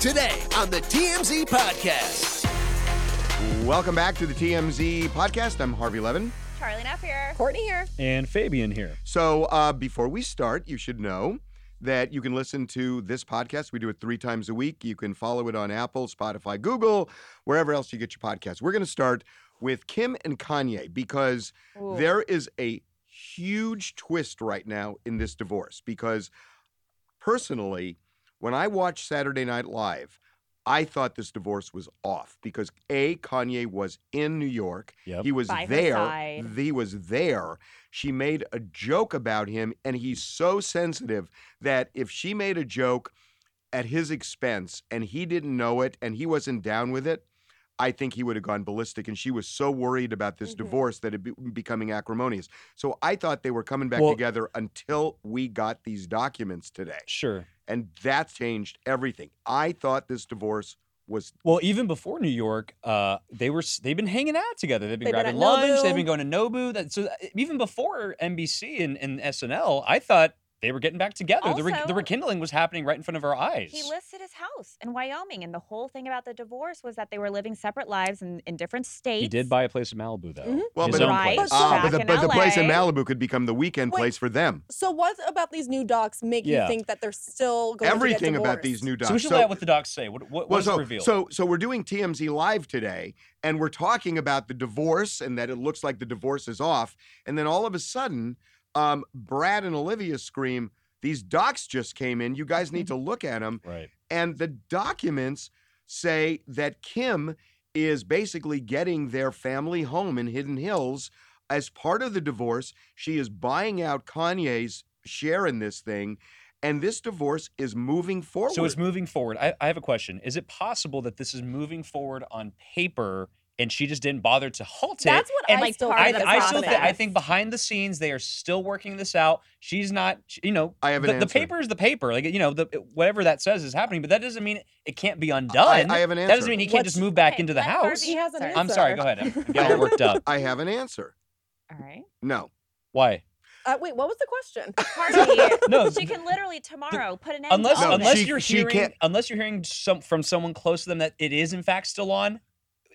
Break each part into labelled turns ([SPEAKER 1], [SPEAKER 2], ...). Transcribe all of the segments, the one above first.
[SPEAKER 1] today on the TMZ Podcast.
[SPEAKER 2] Welcome back to the TMZ podcast. I'm Harvey Levin.
[SPEAKER 3] Charlie Neff here.
[SPEAKER 4] Courtney here.
[SPEAKER 5] and Fabian here.
[SPEAKER 2] So, uh, before we start, you should know that you can listen to this podcast. We do it three times a week. You can follow it on Apple, Spotify, Google, wherever else you get your podcast. We're going to start with Kim and Kanye because there is a huge twist right now in this divorce. Because personally, when I watched Saturday Night Live, I thought this divorce was off because A, Kanye was in New York.
[SPEAKER 5] Yep.
[SPEAKER 2] He was
[SPEAKER 4] By her
[SPEAKER 2] there.
[SPEAKER 4] side.
[SPEAKER 2] He was there. She made a joke about him, and he's so sensitive that if she made a joke at his expense and he didn't know it and he wasn't down with it, I think he would have gone ballistic. And she was so worried about this
[SPEAKER 4] Mm-hmm.
[SPEAKER 2] divorce that it be becoming acrimonious. So I thought they were coming back
[SPEAKER 5] Well-
[SPEAKER 2] together until we got these documents today.
[SPEAKER 5] Sure.
[SPEAKER 2] And that changed everything. I thought this divorce was
[SPEAKER 5] Well, even before New York, uh, they were s- they've been hanging out together. They've been
[SPEAKER 4] They've been
[SPEAKER 5] grabbing
[SPEAKER 4] at
[SPEAKER 5] lunch. They've
[SPEAKER 4] Nobu.
[SPEAKER 5] been going to Nobu. That so uh, even before NBC and, and SNL, I thought they were getting back together. the, re- the
[SPEAKER 3] Also-
[SPEAKER 5] rekindling was happening right in front of our eyes.
[SPEAKER 3] He listed his house in Wyoming, and the whole thing about the divorce was that they were living separate lives in, in different states.
[SPEAKER 5] He did buy a place in Malibu though.
[SPEAKER 4] Mhm.
[SPEAKER 2] Well,
[SPEAKER 5] His
[SPEAKER 2] but-
[SPEAKER 5] own
[SPEAKER 3] Right.
[SPEAKER 5] place.
[SPEAKER 4] so-
[SPEAKER 2] Ah,
[SPEAKER 4] back
[SPEAKER 2] but the,
[SPEAKER 3] in
[SPEAKER 2] but the place in
[SPEAKER 3] LA.
[SPEAKER 2] Malibu could become the weekend
[SPEAKER 4] Wait.
[SPEAKER 2] place for them.
[SPEAKER 4] So what about these new docs make
[SPEAKER 5] Yeah.
[SPEAKER 4] you think that they're still going
[SPEAKER 2] Everything
[SPEAKER 4] to get
[SPEAKER 2] about these new docs.
[SPEAKER 5] so we should let what the docs say. What what,
[SPEAKER 2] well,
[SPEAKER 5] what's
[SPEAKER 2] so,
[SPEAKER 5] revealed?
[SPEAKER 2] so so we're doing TMZ live today, and we're talking about the divorce and that it looks like the divorce is off, and then all of a sudden, um, Brad and Olivia scream, "These docs just came in. You guys need to look at them."
[SPEAKER 5] right.
[SPEAKER 2] And the documents say that Kim is basically getting their family home in Hidden Hills as part of the divorce. She is buying out Kanye's share in this thing, and this divorce is moving forward.
[SPEAKER 5] So it's moving forward. I, I have a question. Is it possible that this is moving forward on paper and she just didn't bother to halt
[SPEAKER 4] That's
[SPEAKER 5] it?
[SPEAKER 4] what
[SPEAKER 5] and
[SPEAKER 4] I
[SPEAKER 3] like,
[SPEAKER 4] still
[SPEAKER 3] part
[SPEAKER 5] I,
[SPEAKER 3] of the
[SPEAKER 5] I still think,
[SPEAKER 3] process.
[SPEAKER 5] I think behind the scenes they are still working this out. She's not, she- you know,
[SPEAKER 2] I have an
[SPEAKER 5] the, the
[SPEAKER 2] answer.
[SPEAKER 5] paper is the paper. Like you know, the whatever that says is happening, but that doesn't mean it can't be
[SPEAKER 2] I,
[SPEAKER 5] undone.
[SPEAKER 2] I have an answer.
[SPEAKER 5] that doesn't mean he can't just
[SPEAKER 4] What's-
[SPEAKER 5] move back
[SPEAKER 3] okay,
[SPEAKER 5] into the
[SPEAKER 3] let
[SPEAKER 5] house.
[SPEAKER 4] He has an
[SPEAKER 3] Sorry.
[SPEAKER 4] answer.
[SPEAKER 5] I'm sorry. Go ahead. I'm
[SPEAKER 2] I
[SPEAKER 5] getting all
[SPEAKER 2] have-
[SPEAKER 5] worked up.
[SPEAKER 2] I have an answer.
[SPEAKER 3] All right.
[SPEAKER 2] No.
[SPEAKER 5] Why?
[SPEAKER 4] Uh, wait, what was the question?
[SPEAKER 3] Party.
[SPEAKER 5] No.
[SPEAKER 3] she can literally tomorrow put an end
[SPEAKER 5] Unless
[SPEAKER 3] to all
[SPEAKER 2] No,
[SPEAKER 3] of
[SPEAKER 5] unless
[SPEAKER 3] it.
[SPEAKER 2] she-
[SPEAKER 5] you're
[SPEAKER 2] she
[SPEAKER 5] hearing
[SPEAKER 2] can't-
[SPEAKER 5] unless you're hearing some from someone close to them that it is in fact still on,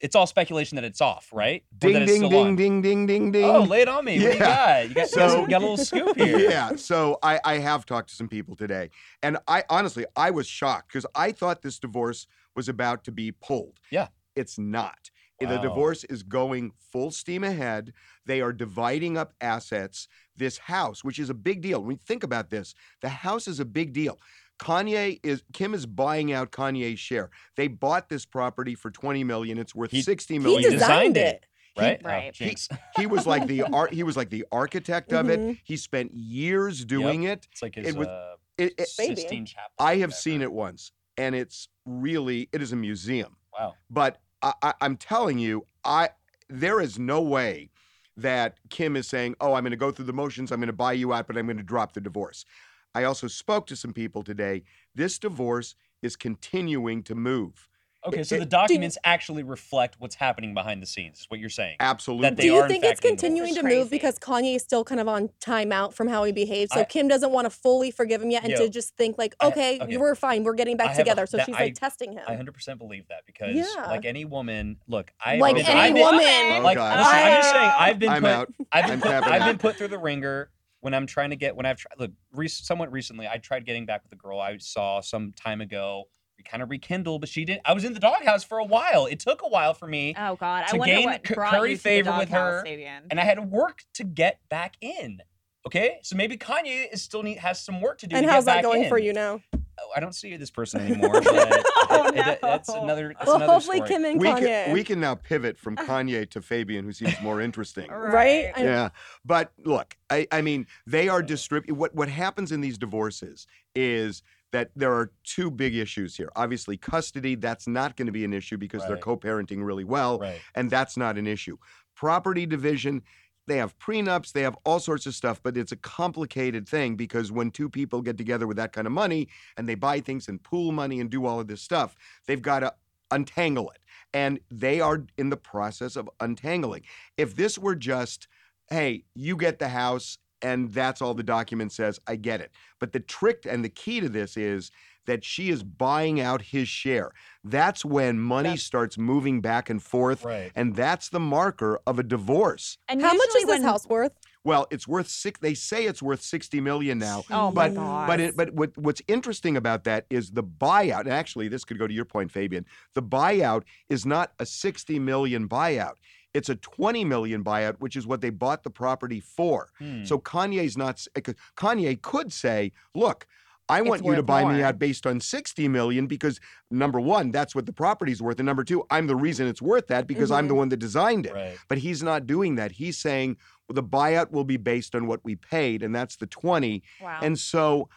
[SPEAKER 5] it's all speculation that it's off, right? Or that
[SPEAKER 2] Ding
[SPEAKER 5] it's
[SPEAKER 2] ding
[SPEAKER 5] still
[SPEAKER 2] ding
[SPEAKER 5] on.
[SPEAKER 2] ding ding ding ding.
[SPEAKER 5] Oh, lay it on me. What do you
[SPEAKER 2] Yeah.
[SPEAKER 5] got? You got,
[SPEAKER 2] So-
[SPEAKER 5] you got a little scoop here.
[SPEAKER 2] yeah. So I, I have talked to some people today, and I honestly I was shocked because I thought this divorce was about to be pulled.
[SPEAKER 5] Yeah.
[SPEAKER 2] It's not. Eh, The
[SPEAKER 5] Wow.
[SPEAKER 2] divorce is going full steam ahead. They are dividing up assets. This house, which is a big deal. When you think about this, the house is a big deal. Kanye is Kim is buying out Kanye's share. They bought this property for 20 million. It's worth
[SPEAKER 5] He-
[SPEAKER 2] 60
[SPEAKER 4] he
[SPEAKER 2] million.
[SPEAKER 5] designed
[SPEAKER 4] designed
[SPEAKER 5] it.
[SPEAKER 4] it.
[SPEAKER 5] Right? Oh,
[SPEAKER 3] Right.
[SPEAKER 2] He-
[SPEAKER 5] jinx.
[SPEAKER 2] he was like the art he was like the architect of it
[SPEAKER 4] Mhm.
[SPEAKER 2] he spent years doing
[SPEAKER 5] it's like his
[SPEAKER 2] it was-
[SPEAKER 5] uh,
[SPEAKER 2] it, it, it
[SPEAKER 4] Baby.
[SPEAKER 5] Sistine Chapel.
[SPEAKER 2] i
[SPEAKER 5] or
[SPEAKER 2] have seen
[SPEAKER 5] whatever.
[SPEAKER 2] it once and it's really it is a museum
[SPEAKER 5] Wow.
[SPEAKER 2] but I, I, i'm telling you i there is no way that kim is saying oh i'm going to go through the motions i'm going to buy you out but i'm going to drop the divorce i also spoke to some people today this divorce is continuing to move
[SPEAKER 5] Okay,
[SPEAKER 2] It-
[SPEAKER 5] so
[SPEAKER 2] it-
[SPEAKER 5] the documents actually reflect what's happening behind the scenes, is what you're saying.
[SPEAKER 2] absolutely
[SPEAKER 5] They
[SPEAKER 4] Do you
[SPEAKER 5] are, in
[SPEAKER 4] think it's
[SPEAKER 5] fact, getting
[SPEAKER 4] continuing
[SPEAKER 3] divorced.
[SPEAKER 4] to move
[SPEAKER 3] Crazy.
[SPEAKER 4] because Kanye is still kind of on timeout from how he behaved? So
[SPEAKER 5] I-
[SPEAKER 4] Kim doesn't want to fully forgive him yet and
[SPEAKER 5] Yo.
[SPEAKER 4] to just think like,
[SPEAKER 5] I-
[SPEAKER 4] okay,
[SPEAKER 5] okay.
[SPEAKER 4] we're fine, we're getting
[SPEAKER 5] I
[SPEAKER 4] back
[SPEAKER 5] have a-
[SPEAKER 4] together. so
[SPEAKER 5] that-
[SPEAKER 4] she's
[SPEAKER 5] I-
[SPEAKER 4] like testing him.
[SPEAKER 5] I 100% believe that because,
[SPEAKER 4] Yeah.
[SPEAKER 5] like any woman, look, I
[SPEAKER 4] like
[SPEAKER 2] Oh,
[SPEAKER 5] have
[SPEAKER 2] God.
[SPEAKER 5] been- I've
[SPEAKER 4] any
[SPEAKER 5] been-
[SPEAKER 4] woman.
[SPEAKER 2] Oh,
[SPEAKER 5] Like,
[SPEAKER 2] God.
[SPEAKER 5] listen, I'm just
[SPEAKER 3] I-
[SPEAKER 5] saying, I've been
[SPEAKER 2] i'm
[SPEAKER 5] put,
[SPEAKER 2] out
[SPEAKER 5] I've
[SPEAKER 2] I'm
[SPEAKER 5] been, put,
[SPEAKER 2] tapping
[SPEAKER 5] I've
[SPEAKER 2] out.
[SPEAKER 5] been put through the ringer when I'm trying to get when I've tried look re- somewhat recently. I tried getting back with a girl I saw some time ago. We kind of rekindled, but she didn't. I was in the doghouse for a while. It took a while for me,
[SPEAKER 3] Oh God! I
[SPEAKER 5] to
[SPEAKER 3] wonder
[SPEAKER 5] gain
[SPEAKER 3] what
[SPEAKER 5] cu-
[SPEAKER 3] brought
[SPEAKER 5] curry
[SPEAKER 3] you to the
[SPEAKER 5] favor with
[SPEAKER 3] doghouse,
[SPEAKER 5] her
[SPEAKER 3] Fabian.
[SPEAKER 5] and I had to work to get back in. Okay, so maybe Kanye is still need, has some work to do.
[SPEAKER 4] and
[SPEAKER 5] to get
[SPEAKER 4] how's that
[SPEAKER 5] back
[SPEAKER 4] going
[SPEAKER 5] in.
[SPEAKER 4] for you now?
[SPEAKER 5] Oh, I don't see this person anymore. But
[SPEAKER 3] Oh,
[SPEAKER 5] it- it- that's
[SPEAKER 3] no.
[SPEAKER 5] another. That's
[SPEAKER 4] Well,
[SPEAKER 5] another
[SPEAKER 4] hopefully
[SPEAKER 5] story.
[SPEAKER 4] Kim and
[SPEAKER 2] we
[SPEAKER 4] Kanye.
[SPEAKER 2] can, we can now pivot from kanye to fabian who seems more interesting
[SPEAKER 4] right? I-
[SPEAKER 2] yeah but look i, I mean they are distrib- what what happens in these divorces is that there are two big issues here obviously custody that's not going to be an issue because they're
[SPEAKER 5] Right.
[SPEAKER 2] co-parenting really well
[SPEAKER 5] Right.
[SPEAKER 2] and that's not an issue property division they have prenups they have all sorts of stuff but it's a complicated thing because when two people get together with that kind of money and they buy things and pool money and do all of this stuff they've got to untangle it and they are in the process of untangling if this were just hey, you get the house and that's all the document says. I get it. But the trick and the key to this is that she is buying out his share. That's when money
[SPEAKER 4] That's-
[SPEAKER 2] starts moving back and forth,
[SPEAKER 5] Right.
[SPEAKER 2] and that's the marker of a divorce.
[SPEAKER 3] And
[SPEAKER 4] How much
[SPEAKER 3] usually
[SPEAKER 4] is this
[SPEAKER 3] when-
[SPEAKER 4] house worth?
[SPEAKER 2] Well, it's worth six. They say it's worth sixty million now.
[SPEAKER 3] Oh
[SPEAKER 2] but
[SPEAKER 3] my god!
[SPEAKER 2] But it, but what, what's interesting about that is the buyout, and actually this could go to your point, Fabian. The buyout is not a 60 million buyout; it's a 20 million buyout, which is what they bought the property for.
[SPEAKER 5] Hmm.
[SPEAKER 2] So Kanye's not. s- c- Kanye could say, "Look." I
[SPEAKER 4] It's
[SPEAKER 2] want you to
[SPEAKER 4] worth
[SPEAKER 2] buy me
[SPEAKER 4] more."
[SPEAKER 2] out based on 60 million because number 1 that's what the property's worth and number 2 I'm the reason it's worth that because I'm
[SPEAKER 4] Mm-hmm.
[SPEAKER 2] the one that designed it.
[SPEAKER 5] right.
[SPEAKER 2] But he's not doing that. He's saying well, the buyout will be based on what we paid and that's the 20
[SPEAKER 3] wow.
[SPEAKER 2] and so,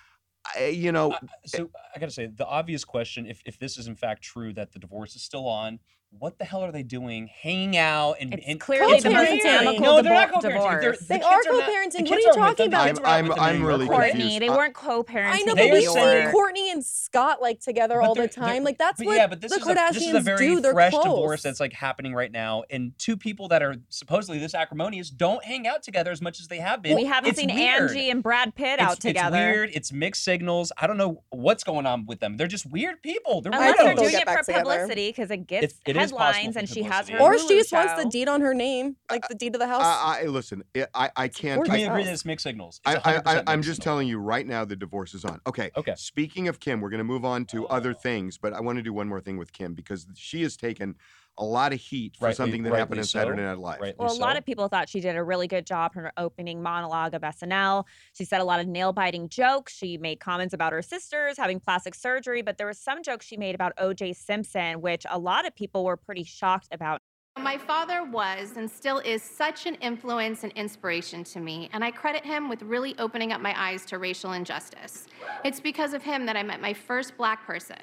[SPEAKER 2] I- you know,
[SPEAKER 5] So I gotta say, the obvious question, if if this is in fact true that the divorce is still on, what the hell are they doing, hanging out and
[SPEAKER 3] it's
[SPEAKER 5] and
[SPEAKER 3] clearly the most
[SPEAKER 4] co-parenting.
[SPEAKER 3] amicable
[SPEAKER 5] No, they're not
[SPEAKER 3] divor-
[SPEAKER 5] co-parenting. They're-
[SPEAKER 3] divorce.
[SPEAKER 5] the
[SPEAKER 4] They are
[SPEAKER 5] kids not- the
[SPEAKER 4] co-parenting. What
[SPEAKER 5] kids
[SPEAKER 4] are you
[SPEAKER 5] with
[SPEAKER 4] talking
[SPEAKER 5] them.
[SPEAKER 4] about?
[SPEAKER 5] The kids are out
[SPEAKER 2] I'm-
[SPEAKER 5] with them
[SPEAKER 2] I'm
[SPEAKER 5] anymore.
[SPEAKER 2] really
[SPEAKER 5] Correct.
[SPEAKER 2] confused.
[SPEAKER 3] Courtney, they
[SPEAKER 2] I-
[SPEAKER 3] weren't co-parenting.
[SPEAKER 4] I know,
[SPEAKER 5] They
[SPEAKER 4] but
[SPEAKER 5] are
[SPEAKER 4] we
[SPEAKER 5] saying-
[SPEAKER 4] see Courtney and Scott like together
[SPEAKER 5] But
[SPEAKER 4] all
[SPEAKER 5] they're-
[SPEAKER 4] the
[SPEAKER 5] they're-
[SPEAKER 4] time. Like that's
[SPEAKER 5] But
[SPEAKER 4] what
[SPEAKER 5] yeah, but this
[SPEAKER 4] the
[SPEAKER 5] is a, this is a
[SPEAKER 4] Kardashians
[SPEAKER 5] very
[SPEAKER 4] do. They're
[SPEAKER 5] fresh
[SPEAKER 4] close.
[SPEAKER 5] divorce that's like happening right now, and two people that are supposedly this acrimonious don't hang out together as much as they have been.
[SPEAKER 3] we haven't
[SPEAKER 5] It's
[SPEAKER 3] seen
[SPEAKER 5] weird.
[SPEAKER 3] Angie and Brad Pitt
[SPEAKER 5] It's-
[SPEAKER 3] out together.
[SPEAKER 5] It's weird. It's mixed signals. I don't know what's going on with them. They're just weird people. They're
[SPEAKER 4] I
[SPEAKER 3] Unless
[SPEAKER 4] think
[SPEAKER 3] they're
[SPEAKER 5] weirdos.
[SPEAKER 4] they'll
[SPEAKER 3] doing
[SPEAKER 4] get
[SPEAKER 3] it
[SPEAKER 4] back
[SPEAKER 3] for
[SPEAKER 4] together.
[SPEAKER 3] publicity because it gets
[SPEAKER 5] it is possible
[SPEAKER 3] headlines
[SPEAKER 5] for
[SPEAKER 3] and she has her
[SPEAKER 5] publicity.
[SPEAKER 4] or she
[SPEAKER 3] Hulu
[SPEAKER 4] just wants the
[SPEAKER 3] show.
[SPEAKER 4] deed on her name, like the deed to the house.
[SPEAKER 2] I, I listen. I- I I can't.
[SPEAKER 5] Can we
[SPEAKER 2] I,
[SPEAKER 4] gorgeous.
[SPEAKER 5] agree that it's mixed signals? It's
[SPEAKER 2] I, I,
[SPEAKER 5] 100%
[SPEAKER 2] I, am just
[SPEAKER 5] mixed signals.
[SPEAKER 2] telling you right now the divorce is on. Okay.
[SPEAKER 5] Okay.
[SPEAKER 2] Speaking of Kim, we're going to move on to other
[SPEAKER 3] Oh.
[SPEAKER 2] things, but I want to do one more thing with Kim because she has taken a lot of heat for
[SPEAKER 5] Rightly-
[SPEAKER 2] something that happened
[SPEAKER 5] eh, rightly
[SPEAKER 2] on
[SPEAKER 5] so.
[SPEAKER 2] Saturday Night Live.
[SPEAKER 5] Rightly
[SPEAKER 3] Well, a lot
[SPEAKER 5] so.
[SPEAKER 3] of people thought she did a really good job in her opening monologue of SNL. She said a lot of nail biting jokes. She made comments about her sisters having plastic surgery, but there was some jokes she made about OJ Simpson, which a lot of people were pretty shocked about.
[SPEAKER 6] My father was and still is such an influence and inspiration to me, and I credit him with really opening up my eyes to racial injustice. It's because of him that I met my first black person.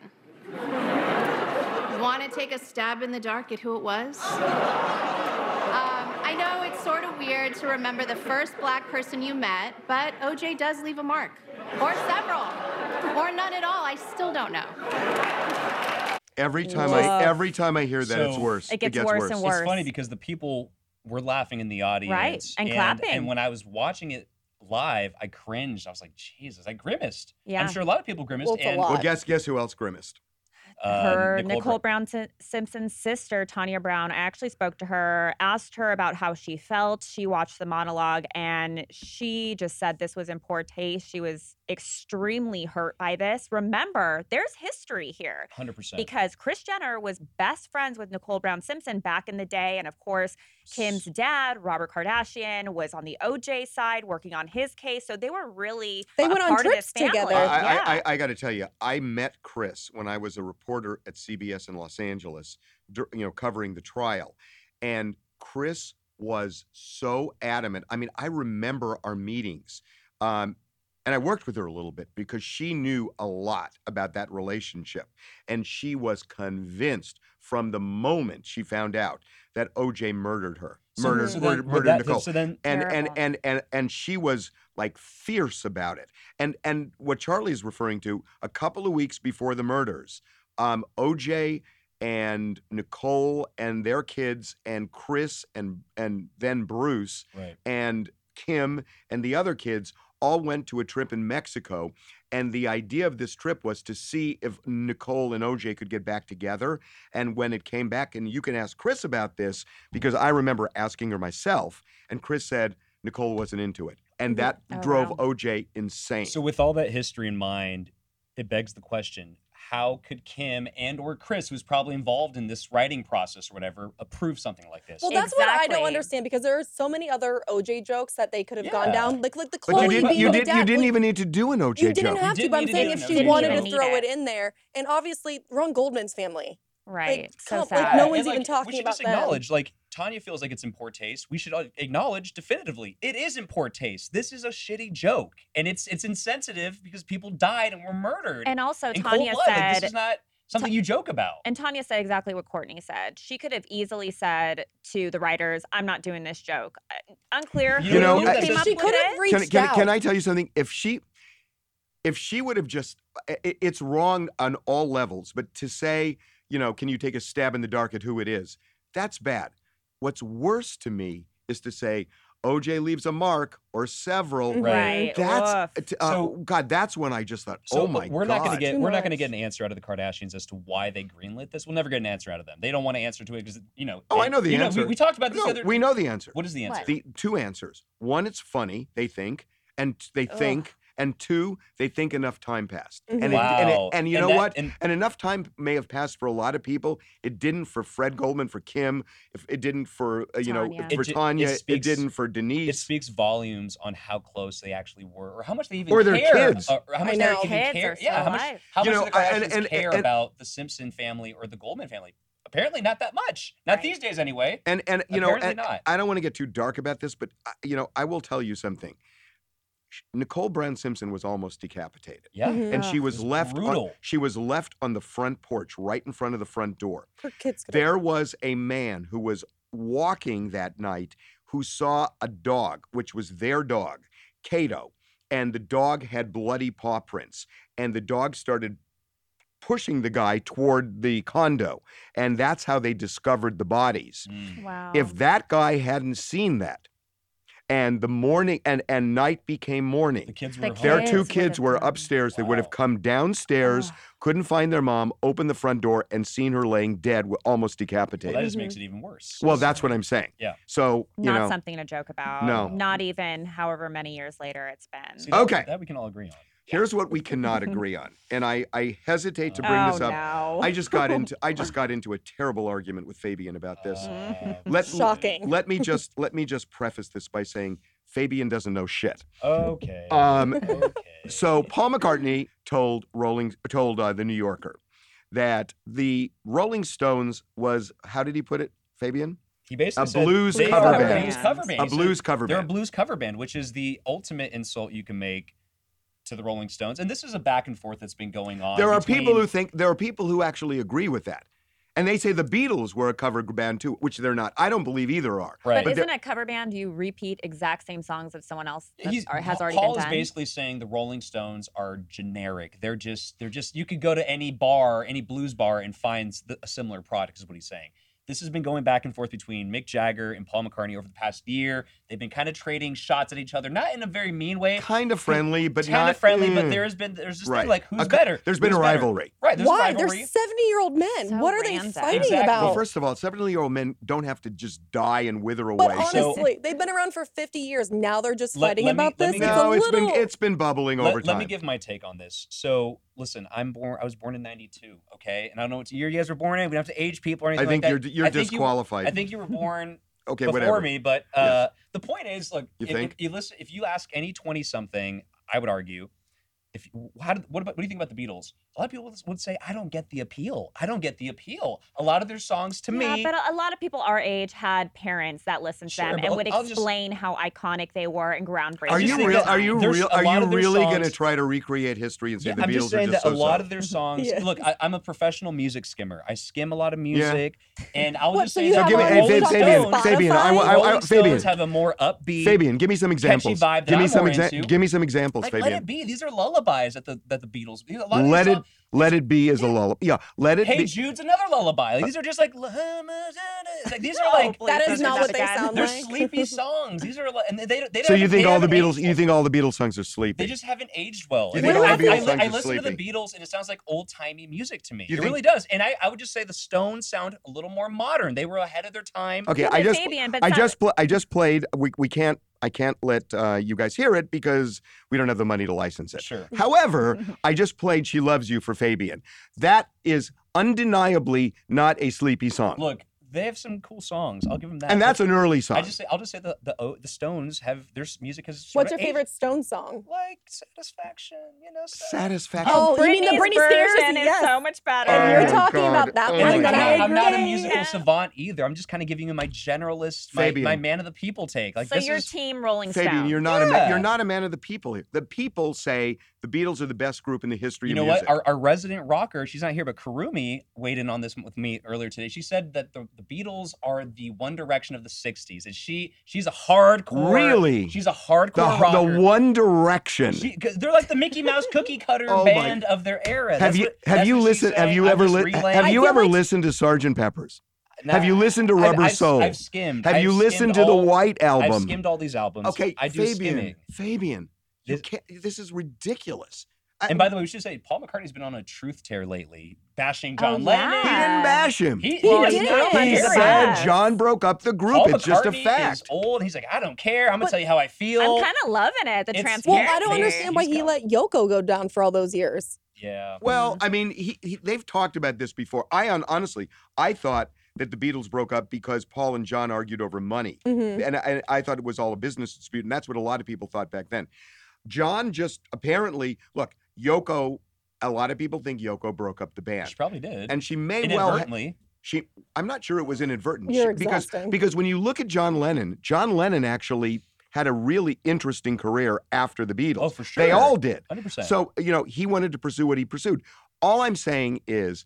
[SPEAKER 6] Want to take a stab in the dark at who it was? Um, I know it's sort of weird to remember the first black person you met, but OJ does leave a mark, or several, or none at all. I still don't know.
[SPEAKER 2] Every time I
[SPEAKER 3] Woof.
[SPEAKER 2] every time I hear that, it's
[SPEAKER 5] So-
[SPEAKER 2] worse.
[SPEAKER 3] It gets worse and worse.
[SPEAKER 5] It's funny because the people were laughing in the audience,
[SPEAKER 3] and clapping.
[SPEAKER 5] And when I was watching it live, I cringed. I was like, Jesus, I grimaced.
[SPEAKER 3] Yeah.
[SPEAKER 5] I'm sure a lot of people grimaced.
[SPEAKER 4] Well, it's a
[SPEAKER 5] and,
[SPEAKER 4] lot.
[SPEAKER 2] Well, guess guess who else grimaced?
[SPEAKER 5] um,
[SPEAKER 3] her Nicole,
[SPEAKER 5] Brown.
[SPEAKER 3] Brown Sim- Simpson's sister, Tanya Brown. I actually spoke to her, asked her about how she felt. She watched the monologue and she just said this was in poor taste. She was extremely hurt by this. Remember, there's history here.
[SPEAKER 5] 100%.
[SPEAKER 3] Because Chris Jenner was best friends with Nicole Brown Simpson back in the day. And of course, Kim's dad, Robert Kardashian, was on the OJ side working on his case. So they were really
[SPEAKER 4] They
[SPEAKER 3] a
[SPEAKER 4] went on
[SPEAKER 3] part of this
[SPEAKER 4] trips together.
[SPEAKER 3] family.
[SPEAKER 2] I,
[SPEAKER 3] yeah.
[SPEAKER 2] I, I, I got to tell you, I met Chris when I was a reporter at CBS in Los Angeles, dur- you know, covering the trial. And Chris was so adamant. I mean, I remember our meetings. Um, and I worked with her a little bit because she knew a lot about that relationship. And she was convinced from the moment she found out that OJ murdered her,
[SPEAKER 5] So-
[SPEAKER 2] murdered,
[SPEAKER 5] so
[SPEAKER 2] murdered,
[SPEAKER 5] then-
[SPEAKER 2] murdered
[SPEAKER 5] that-
[SPEAKER 2] Nicole
[SPEAKER 5] So then,
[SPEAKER 2] and and
[SPEAKER 3] Terrible.
[SPEAKER 2] and and and she was like fierce about it. And and what Charlie's referring to, a couple of weeks before the murders, um, OJ and Nicole and their kids and Chris and and then Bruce
[SPEAKER 5] right.
[SPEAKER 2] and Kim and the other kids all went to a trip in Mexico. And the idea of this trip was to see if Nicole and OJ could get back together. And when it came back, and you can ask Chris about this because I remember asking her myself, and Chris said Nicole wasn't into it. And that
[SPEAKER 3] Oh,
[SPEAKER 2] drove
[SPEAKER 3] wow.
[SPEAKER 2] OJ insane.
[SPEAKER 5] So with all that history in mind, it begs the question, how could Kim and or Chris, who's probably involved in this writing process or whatever, approve something like this?
[SPEAKER 4] well, that's what I don't
[SPEAKER 3] Exactly.
[SPEAKER 4] understand because there are so many other OJ jokes that they could have
[SPEAKER 5] Yeah.
[SPEAKER 4] gone down. Like, like the
[SPEAKER 2] but
[SPEAKER 4] Chloe
[SPEAKER 2] you didn't,
[SPEAKER 4] being
[SPEAKER 2] you,
[SPEAKER 4] the
[SPEAKER 2] did,
[SPEAKER 4] dad,
[SPEAKER 2] you didn't
[SPEAKER 4] like,
[SPEAKER 2] even need to do an OJ
[SPEAKER 4] You
[SPEAKER 2] joke.
[SPEAKER 4] didn't have to,
[SPEAKER 5] didn't
[SPEAKER 4] but I'm
[SPEAKER 5] need to
[SPEAKER 4] saying
[SPEAKER 5] do
[SPEAKER 4] if
[SPEAKER 5] it.
[SPEAKER 4] she
[SPEAKER 5] Didn't
[SPEAKER 4] wanted
[SPEAKER 5] even
[SPEAKER 4] to
[SPEAKER 3] need
[SPEAKER 4] throw
[SPEAKER 3] it.
[SPEAKER 4] it in there, and obviously Ron Goldman's family.
[SPEAKER 3] right. so
[SPEAKER 4] come- like,
[SPEAKER 3] sad.
[SPEAKER 4] no one's
[SPEAKER 5] and,
[SPEAKER 4] even talking
[SPEAKER 5] we should
[SPEAKER 4] about
[SPEAKER 5] just
[SPEAKER 4] them.
[SPEAKER 5] acknowledge like tanya feels like it's in poor taste we should all acknowledge definitively it is in poor taste this is a shitty joke and it's it's insensitive because people died and were murdered
[SPEAKER 3] And also,
[SPEAKER 5] in cold
[SPEAKER 3] Tanya
[SPEAKER 5] blood.
[SPEAKER 3] said,
[SPEAKER 5] like, this is not something you joke about
[SPEAKER 3] and Tanya said exactly what Courtney said. She could have easily said to the writers, "I'm not doing this joke." Uh, Unclear.
[SPEAKER 5] You
[SPEAKER 3] who
[SPEAKER 2] know,
[SPEAKER 3] came
[SPEAKER 2] I-
[SPEAKER 3] up
[SPEAKER 4] she
[SPEAKER 3] with
[SPEAKER 4] could
[SPEAKER 3] it.
[SPEAKER 4] have reached
[SPEAKER 2] Can, can,
[SPEAKER 4] out.
[SPEAKER 2] can I tell you something? If she, if she would have just, i- i- it's wrong on all levels. But to say, you know, can you take a stab in the dark at who it is? That's bad. What's worse to me is to say, OJ leaves a mark or several.
[SPEAKER 5] Right.
[SPEAKER 2] That's
[SPEAKER 3] Woof.
[SPEAKER 2] t- uh,
[SPEAKER 5] So-
[SPEAKER 2] God. That's when I just thought,
[SPEAKER 5] So uh,
[SPEAKER 2] oh my
[SPEAKER 5] we're
[SPEAKER 2] god.
[SPEAKER 5] not going to get
[SPEAKER 4] Too
[SPEAKER 5] we're not going to
[SPEAKER 4] much.
[SPEAKER 5] get an answer out of the Kardashians as to why they greenlit this. We'll never get an answer out of them. They don't want to answer to it because you know.
[SPEAKER 2] Oh, I
[SPEAKER 5] they-
[SPEAKER 2] know the
[SPEAKER 5] you
[SPEAKER 2] answer.
[SPEAKER 5] we, we talked about this
[SPEAKER 2] No,
[SPEAKER 5] the other.
[SPEAKER 2] we know the answer.
[SPEAKER 5] what is the answer?
[SPEAKER 6] What?
[SPEAKER 2] The two answers. One, it's funny. They think, and t- they
[SPEAKER 4] Ugh.
[SPEAKER 2] think, and two, they think enough time passed.
[SPEAKER 4] Mhm.
[SPEAKER 2] And,
[SPEAKER 5] wow.
[SPEAKER 2] it, and, it, and you know
[SPEAKER 5] that-
[SPEAKER 2] what?
[SPEAKER 5] And
[SPEAKER 2] And enough time may have passed for a lot of people. It didn't for Fred Goldman, for Kim. If it didn't for uh, you know
[SPEAKER 3] Tanya.
[SPEAKER 5] It
[SPEAKER 2] for
[SPEAKER 5] ju- it
[SPEAKER 2] Tanya, it,
[SPEAKER 5] speaks-
[SPEAKER 2] didn't for
[SPEAKER 5] it
[SPEAKER 2] Denise.
[SPEAKER 5] speaks volumes on how close they actually were, or how much they even
[SPEAKER 2] Or their
[SPEAKER 5] care, uh,
[SPEAKER 2] kids.
[SPEAKER 5] or how much
[SPEAKER 4] I
[SPEAKER 5] they
[SPEAKER 4] know.
[SPEAKER 5] even
[SPEAKER 3] Kids
[SPEAKER 5] care.
[SPEAKER 3] are still
[SPEAKER 5] yeah, how much
[SPEAKER 3] alive.
[SPEAKER 5] how
[SPEAKER 2] You
[SPEAKER 5] much
[SPEAKER 2] know,
[SPEAKER 5] do the
[SPEAKER 2] I- and-
[SPEAKER 5] Kardashians
[SPEAKER 2] and-
[SPEAKER 5] care
[SPEAKER 2] and-
[SPEAKER 5] about the Simpson family or the Goldman family? Apparently, not that much. Not
[SPEAKER 3] Right.
[SPEAKER 5] these days, anyway.
[SPEAKER 2] And and you know,
[SPEAKER 5] Apparently
[SPEAKER 2] and,
[SPEAKER 5] not.
[SPEAKER 2] I don't want to get too dark about this, but I, you know, I will tell you something. Sh- Nicole Brown Simpson was almost decapitated,
[SPEAKER 5] Yeah.
[SPEAKER 4] Mhm.
[SPEAKER 2] and she
[SPEAKER 5] It
[SPEAKER 2] was
[SPEAKER 5] was
[SPEAKER 2] left. On,
[SPEAKER 5] brutal.
[SPEAKER 2] she was left on the front porch, right in front of the front door.
[SPEAKER 4] Her kids. could-
[SPEAKER 2] There was a man who was walking that night who saw a dog, which was their dog, Cato, and the dog had bloody paw prints, and the dog started pushing the guy toward the condo, and that's how they discovered the bodies.
[SPEAKER 5] Mm.
[SPEAKER 3] Wow.
[SPEAKER 2] If that guy hadn't seen that, and the morning and and night became
[SPEAKER 5] The
[SPEAKER 2] morning.
[SPEAKER 5] kids
[SPEAKER 3] The
[SPEAKER 5] were
[SPEAKER 2] Their
[SPEAKER 5] home.
[SPEAKER 2] two
[SPEAKER 3] Kids
[SPEAKER 2] kids
[SPEAKER 3] would've
[SPEAKER 2] were
[SPEAKER 3] come.
[SPEAKER 2] upstairs. They would
[SPEAKER 5] Wow.
[SPEAKER 2] have come downstairs,
[SPEAKER 3] Ugh.
[SPEAKER 2] couldn't find their mom, opened the front door, and seen her laying dead, w- almost
[SPEAKER 5] Well,
[SPEAKER 2] decapitated.
[SPEAKER 5] that just makes it even worse.
[SPEAKER 2] Well, that's what I'm saying.
[SPEAKER 5] Yeah.
[SPEAKER 2] So you
[SPEAKER 3] not
[SPEAKER 2] know,
[SPEAKER 3] something to joke about.
[SPEAKER 2] No.
[SPEAKER 3] Not even however many years later it's been.
[SPEAKER 5] See, that-
[SPEAKER 2] Okay.
[SPEAKER 5] That we can all agree on.
[SPEAKER 2] here's what we cannot agree on, and I I hesitate to bring
[SPEAKER 3] oh,
[SPEAKER 2] this up.
[SPEAKER 3] No.
[SPEAKER 2] I just got into I just got into a terrible argument with Fabian about this.
[SPEAKER 5] Uh,
[SPEAKER 2] Let-
[SPEAKER 4] Shocking.
[SPEAKER 2] let me just let me just preface this by saying Fabian doesn't know shit.
[SPEAKER 5] Okay.
[SPEAKER 2] Um,
[SPEAKER 5] okay.
[SPEAKER 2] So Paul McCartney told Rolling told uh, the New Yorker that the Rolling Stones was how did he put it, Fabian?
[SPEAKER 5] he basically
[SPEAKER 2] a
[SPEAKER 5] said
[SPEAKER 2] blues
[SPEAKER 5] they
[SPEAKER 2] cover
[SPEAKER 5] are a
[SPEAKER 2] band.
[SPEAKER 5] blues cover band.
[SPEAKER 2] A
[SPEAKER 5] He said
[SPEAKER 2] blues cover
[SPEAKER 5] They're a
[SPEAKER 2] band.
[SPEAKER 5] blues cover band, which is the ultimate insult you can make to the Rolling Stones. And this is a back and forth that's been going on.
[SPEAKER 2] There are
[SPEAKER 5] between-
[SPEAKER 2] people who think there are people who actually agree with that. And they say the Beatles were a cover band too, which they're not. I don't believe either are.
[SPEAKER 3] But
[SPEAKER 5] Right.
[SPEAKER 2] But
[SPEAKER 3] isn't a cover band you repeat exact same songs of someone else that
[SPEAKER 5] He's,
[SPEAKER 3] are- has already
[SPEAKER 5] Paul
[SPEAKER 3] been
[SPEAKER 5] is
[SPEAKER 3] done?
[SPEAKER 5] basically saying the Rolling Stones are generic. They're just they're just you could go to any bar, any blues bar, and find s- the, a similar product. Is what he's saying. This has been going back and forth between Mick Jagger and Paul McCartney over the past year. They've been kind of trading shots at each other, not in a very mean way,
[SPEAKER 2] Kind of friendly, but
[SPEAKER 5] Hmm. kind
[SPEAKER 2] not
[SPEAKER 5] of friendly. But
[SPEAKER 2] mm.
[SPEAKER 5] there has been there's this
[SPEAKER 2] Right.
[SPEAKER 5] thing like who's
[SPEAKER 2] A co-
[SPEAKER 5] better?
[SPEAKER 2] There's been
[SPEAKER 5] Who's
[SPEAKER 2] a
[SPEAKER 5] better?
[SPEAKER 2] rivalry.
[SPEAKER 5] Right. There's
[SPEAKER 4] Why?
[SPEAKER 5] rivalry.
[SPEAKER 4] They're 70 year old men.
[SPEAKER 3] So
[SPEAKER 4] what are they
[SPEAKER 3] random.
[SPEAKER 4] fighting
[SPEAKER 5] Exactly.
[SPEAKER 4] about?
[SPEAKER 2] Well, first of all, 70 year old men don't have to just die and wither away.
[SPEAKER 4] but
[SPEAKER 2] so-
[SPEAKER 4] honestly, they've been around for 50 years. Now they're just
[SPEAKER 5] Let-
[SPEAKER 4] fighting
[SPEAKER 5] let me-
[SPEAKER 4] about
[SPEAKER 5] let
[SPEAKER 4] this.
[SPEAKER 5] me
[SPEAKER 4] it's
[SPEAKER 5] give-
[SPEAKER 4] a
[SPEAKER 2] no, it's
[SPEAKER 4] little.
[SPEAKER 2] been it's been bubbling
[SPEAKER 5] let,
[SPEAKER 2] over
[SPEAKER 5] let
[SPEAKER 2] time.
[SPEAKER 5] me give my take on this. So, listen, I'm born. I was born in '92. Okay, and I don't know what year you guys were born in. We don't have to age people or
[SPEAKER 2] I
[SPEAKER 5] anything.
[SPEAKER 2] think
[SPEAKER 5] like
[SPEAKER 2] you're
[SPEAKER 5] that.
[SPEAKER 2] you're
[SPEAKER 5] I think you were-
[SPEAKER 2] disqualified.
[SPEAKER 5] I think you were born
[SPEAKER 2] okay,
[SPEAKER 5] before
[SPEAKER 2] whatever.
[SPEAKER 5] me, but uh, the point is, look,
[SPEAKER 2] You
[SPEAKER 5] if,
[SPEAKER 2] think?
[SPEAKER 5] if you listen, if you ask any twenty-something, I would argue, if you- how did, what about what do you think about the Beatles? A lot of people would say, I don't get the appeal. I don't get the appeal. A lot of their songs to
[SPEAKER 3] yeah,
[SPEAKER 5] me,
[SPEAKER 3] but a- a lot of people our age had parents that listened to
[SPEAKER 5] Sure,
[SPEAKER 3] them
[SPEAKER 5] but
[SPEAKER 3] and
[SPEAKER 5] I'll-
[SPEAKER 3] would
[SPEAKER 5] I'll just-
[SPEAKER 3] explain how iconic they were and groundbreaking.
[SPEAKER 2] Are
[SPEAKER 5] just
[SPEAKER 2] you
[SPEAKER 5] think
[SPEAKER 2] real?
[SPEAKER 5] that
[SPEAKER 2] Are you
[SPEAKER 5] there's
[SPEAKER 2] real?
[SPEAKER 5] a
[SPEAKER 2] Are
[SPEAKER 5] lot
[SPEAKER 2] you
[SPEAKER 5] of their
[SPEAKER 2] really going to
[SPEAKER 5] songs-
[SPEAKER 2] try to recreate history and say the
[SPEAKER 5] I'm
[SPEAKER 2] Beatles
[SPEAKER 5] just saying
[SPEAKER 2] are just
[SPEAKER 5] that
[SPEAKER 2] so
[SPEAKER 5] a lot of their songs.
[SPEAKER 4] Yeah.
[SPEAKER 5] Look, I, I'm a professional music skimmer. I skim a lot of music, and I'll
[SPEAKER 4] What,
[SPEAKER 5] just
[SPEAKER 4] so
[SPEAKER 5] say
[SPEAKER 4] you
[SPEAKER 5] that
[SPEAKER 4] have
[SPEAKER 5] the
[SPEAKER 2] give me-
[SPEAKER 4] a
[SPEAKER 2] hey,
[SPEAKER 5] Rolling
[SPEAKER 2] Fab-
[SPEAKER 4] Rolling
[SPEAKER 2] Fabian,
[SPEAKER 5] Stones,
[SPEAKER 4] Stones
[SPEAKER 2] Fabian, I
[SPEAKER 4] Spotify?
[SPEAKER 2] wa- I-
[SPEAKER 5] Rolling
[SPEAKER 2] Fabian.
[SPEAKER 5] Stones have a more upbeat.
[SPEAKER 2] Fabian, give me some examples.
[SPEAKER 5] vibe that
[SPEAKER 2] give me
[SPEAKER 5] I'm
[SPEAKER 2] some
[SPEAKER 5] more
[SPEAKER 2] exa-
[SPEAKER 5] into.
[SPEAKER 2] Give me some examples,
[SPEAKER 5] Like,
[SPEAKER 2] Fabian.
[SPEAKER 5] let it be. These are lullabies at the that the Beatles. A lot of
[SPEAKER 2] let
[SPEAKER 5] these
[SPEAKER 2] it,
[SPEAKER 5] songs-
[SPEAKER 2] let it be is a lullaby. Yeah, let it
[SPEAKER 5] Hey
[SPEAKER 2] be.
[SPEAKER 5] Jude's another lullaby. Like, these are just like, it's like these are
[SPEAKER 3] please,
[SPEAKER 5] like
[SPEAKER 4] Oh, That
[SPEAKER 3] those
[SPEAKER 4] is
[SPEAKER 3] are
[SPEAKER 4] not what they
[SPEAKER 3] bad.
[SPEAKER 4] sound
[SPEAKER 5] they're
[SPEAKER 4] like.
[SPEAKER 5] sleepy songs. These are like, and they they, they
[SPEAKER 2] so you think
[SPEAKER 5] haven't- they
[SPEAKER 2] all the
[SPEAKER 5] haven't
[SPEAKER 2] Beatles?
[SPEAKER 5] aged
[SPEAKER 2] You
[SPEAKER 5] well.
[SPEAKER 2] think all the Beatles songs are sleepy?
[SPEAKER 5] they just haven't aged well.
[SPEAKER 2] You
[SPEAKER 5] And
[SPEAKER 4] think all
[SPEAKER 5] I,
[SPEAKER 4] the
[SPEAKER 5] I-
[SPEAKER 4] Beatles
[SPEAKER 2] songs
[SPEAKER 5] I
[SPEAKER 2] are
[SPEAKER 5] listen to the
[SPEAKER 2] sleepy?
[SPEAKER 5] Beatles and it sounds like old timey music to me.
[SPEAKER 2] You
[SPEAKER 5] it
[SPEAKER 2] think-
[SPEAKER 5] really does. And I, I would just say the Stones sound a little more modern. They were ahead of their time.
[SPEAKER 2] okay,
[SPEAKER 3] Yeah,
[SPEAKER 2] I
[SPEAKER 3] but
[SPEAKER 2] just
[SPEAKER 3] Fabian, but
[SPEAKER 2] I
[SPEAKER 3] some-
[SPEAKER 2] just pl- I just played. We we can't I can't let uh, you guys hear it because we don't have the money to license it.
[SPEAKER 5] Sure.
[SPEAKER 2] However, I just played "She Loves You" for Fabian. That is undeniably not a sleepy song,
[SPEAKER 5] Look, they have some cool songs. I'll give them that.
[SPEAKER 2] and that's
[SPEAKER 5] But
[SPEAKER 2] an early song.
[SPEAKER 5] I just say I'll just say the the, oh, the Stones have their s- music has. sort
[SPEAKER 4] What's
[SPEAKER 5] of
[SPEAKER 4] your
[SPEAKER 5] aged.
[SPEAKER 4] favorite Stone song?
[SPEAKER 5] Like satisfaction, you know. so-
[SPEAKER 2] Satisfaction.
[SPEAKER 4] Oh, you mean the
[SPEAKER 3] Britney's
[SPEAKER 4] Britney Spears?
[SPEAKER 3] version is
[SPEAKER 4] Yes.
[SPEAKER 3] so much better.
[SPEAKER 4] And
[SPEAKER 2] Oh
[SPEAKER 4] you're
[SPEAKER 2] my
[SPEAKER 4] talking
[SPEAKER 2] God.
[SPEAKER 4] about that
[SPEAKER 2] Oh
[SPEAKER 4] one.
[SPEAKER 2] my
[SPEAKER 5] I'm,
[SPEAKER 4] and
[SPEAKER 5] not,
[SPEAKER 2] God.
[SPEAKER 4] I
[SPEAKER 5] I'm not a
[SPEAKER 4] agree.
[SPEAKER 5] musical savant either. I'm just kind of giving you my generalist, my,
[SPEAKER 2] Fabian.
[SPEAKER 5] my man of the people take. Like
[SPEAKER 3] so
[SPEAKER 5] this
[SPEAKER 3] your
[SPEAKER 5] is,
[SPEAKER 3] team Rolling
[SPEAKER 2] Fabian,
[SPEAKER 3] Stone.
[SPEAKER 2] you're not a ma-
[SPEAKER 5] Yeah.
[SPEAKER 2] you're not a man of the people. here. The people say the Beatles are the best group in the history
[SPEAKER 5] you
[SPEAKER 2] of
[SPEAKER 5] know
[SPEAKER 2] music.
[SPEAKER 5] what? Our, our resident rocker, she's not here, but Karumi weighed in on this with me earlier today. She said that the, the Beatles are the One Direction of the '60s, and she she's a hardcore.
[SPEAKER 2] Really?
[SPEAKER 5] She's a hardcore
[SPEAKER 2] the,
[SPEAKER 5] rocker.
[SPEAKER 2] the One Direction.
[SPEAKER 5] She- 'cause they're like the Mickey Mouse cookie cutter
[SPEAKER 2] Oh my-
[SPEAKER 5] band of their era.
[SPEAKER 2] have
[SPEAKER 5] That's
[SPEAKER 2] you
[SPEAKER 5] what-
[SPEAKER 2] have
[SPEAKER 5] that's
[SPEAKER 2] you
[SPEAKER 5] what she's
[SPEAKER 2] listened? Have
[SPEAKER 5] saying.
[SPEAKER 2] you
[SPEAKER 5] I'm
[SPEAKER 2] ever
[SPEAKER 5] just
[SPEAKER 2] li-
[SPEAKER 5] relaying-
[SPEAKER 2] have
[SPEAKER 4] I
[SPEAKER 2] you
[SPEAKER 4] feel
[SPEAKER 2] ever
[SPEAKER 4] like-
[SPEAKER 2] listened to Sergeant Pepper's? Have
[SPEAKER 5] Nah.
[SPEAKER 2] you listened to
[SPEAKER 5] I've-
[SPEAKER 2] Rubber
[SPEAKER 5] I've, s-
[SPEAKER 2] Soul?
[SPEAKER 5] I've skimmed.
[SPEAKER 2] Have
[SPEAKER 5] I've
[SPEAKER 2] you listened
[SPEAKER 5] skimmed
[SPEAKER 2] to
[SPEAKER 5] all-
[SPEAKER 2] the White album?
[SPEAKER 5] I've skimmed all these albums.
[SPEAKER 2] okay,
[SPEAKER 5] I do
[SPEAKER 2] Fabian.
[SPEAKER 5] skimming.
[SPEAKER 2] Fabian, you
[SPEAKER 5] This-
[SPEAKER 2] can't, this is ridiculous. I-
[SPEAKER 5] And by the way, we should say Paul McCartney's been on a truth tear lately, bashing John
[SPEAKER 3] Oh,
[SPEAKER 5] Lennon.
[SPEAKER 2] he
[SPEAKER 3] yeah.
[SPEAKER 2] didn't bash him.
[SPEAKER 5] He,
[SPEAKER 3] He
[SPEAKER 5] is
[SPEAKER 3] did.
[SPEAKER 5] now-
[SPEAKER 2] He
[SPEAKER 3] He
[SPEAKER 5] he's
[SPEAKER 3] did.
[SPEAKER 2] said
[SPEAKER 5] back.
[SPEAKER 3] Yeah.
[SPEAKER 2] John broke up the group.
[SPEAKER 5] Paul
[SPEAKER 2] it's just a
[SPEAKER 5] McCartney Is
[SPEAKER 2] fact.
[SPEAKER 5] old. He's like, I don't care. I'm gonna
[SPEAKER 3] But-
[SPEAKER 5] tell you how I feel.
[SPEAKER 3] I'm kind of loving it. The
[SPEAKER 5] It's-
[SPEAKER 4] Well,
[SPEAKER 3] transparency.
[SPEAKER 4] I don't understand why
[SPEAKER 5] He's
[SPEAKER 4] he
[SPEAKER 5] got-
[SPEAKER 4] let Yoko go down for all those years.
[SPEAKER 5] yeah.
[SPEAKER 2] Well, I mean, he, he, they've talked about this before. I on, honestly, I thought that the Beatles broke up because Paul and John argued over money.
[SPEAKER 4] Mhm.
[SPEAKER 5] Mm-hmm.
[SPEAKER 2] and I, I thought it was all a business dispute, and that's what a lot of people thought back then. John just apparently look Yoko. A lot of people think Yoko broke up the band,
[SPEAKER 5] She probably did.
[SPEAKER 2] and she may well. ha-
[SPEAKER 5] inadvertently.
[SPEAKER 2] she, I'm not sure it was inadvertent
[SPEAKER 4] You're
[SPEAKER 2] she, because
[SPEAKER 4] exhausting.
[SPEAKER 2] because when you look at John Lennon, John Lennon actually had a really interesting career after the Beatles.
[SPEAKER 5] oh, for sure.
[SPEAKER 2] They all did.
[SPEAKER 5] 100%.
[SPEAKER 2] So, you know, he wanted to pursue what he pursued. All I'm saying is,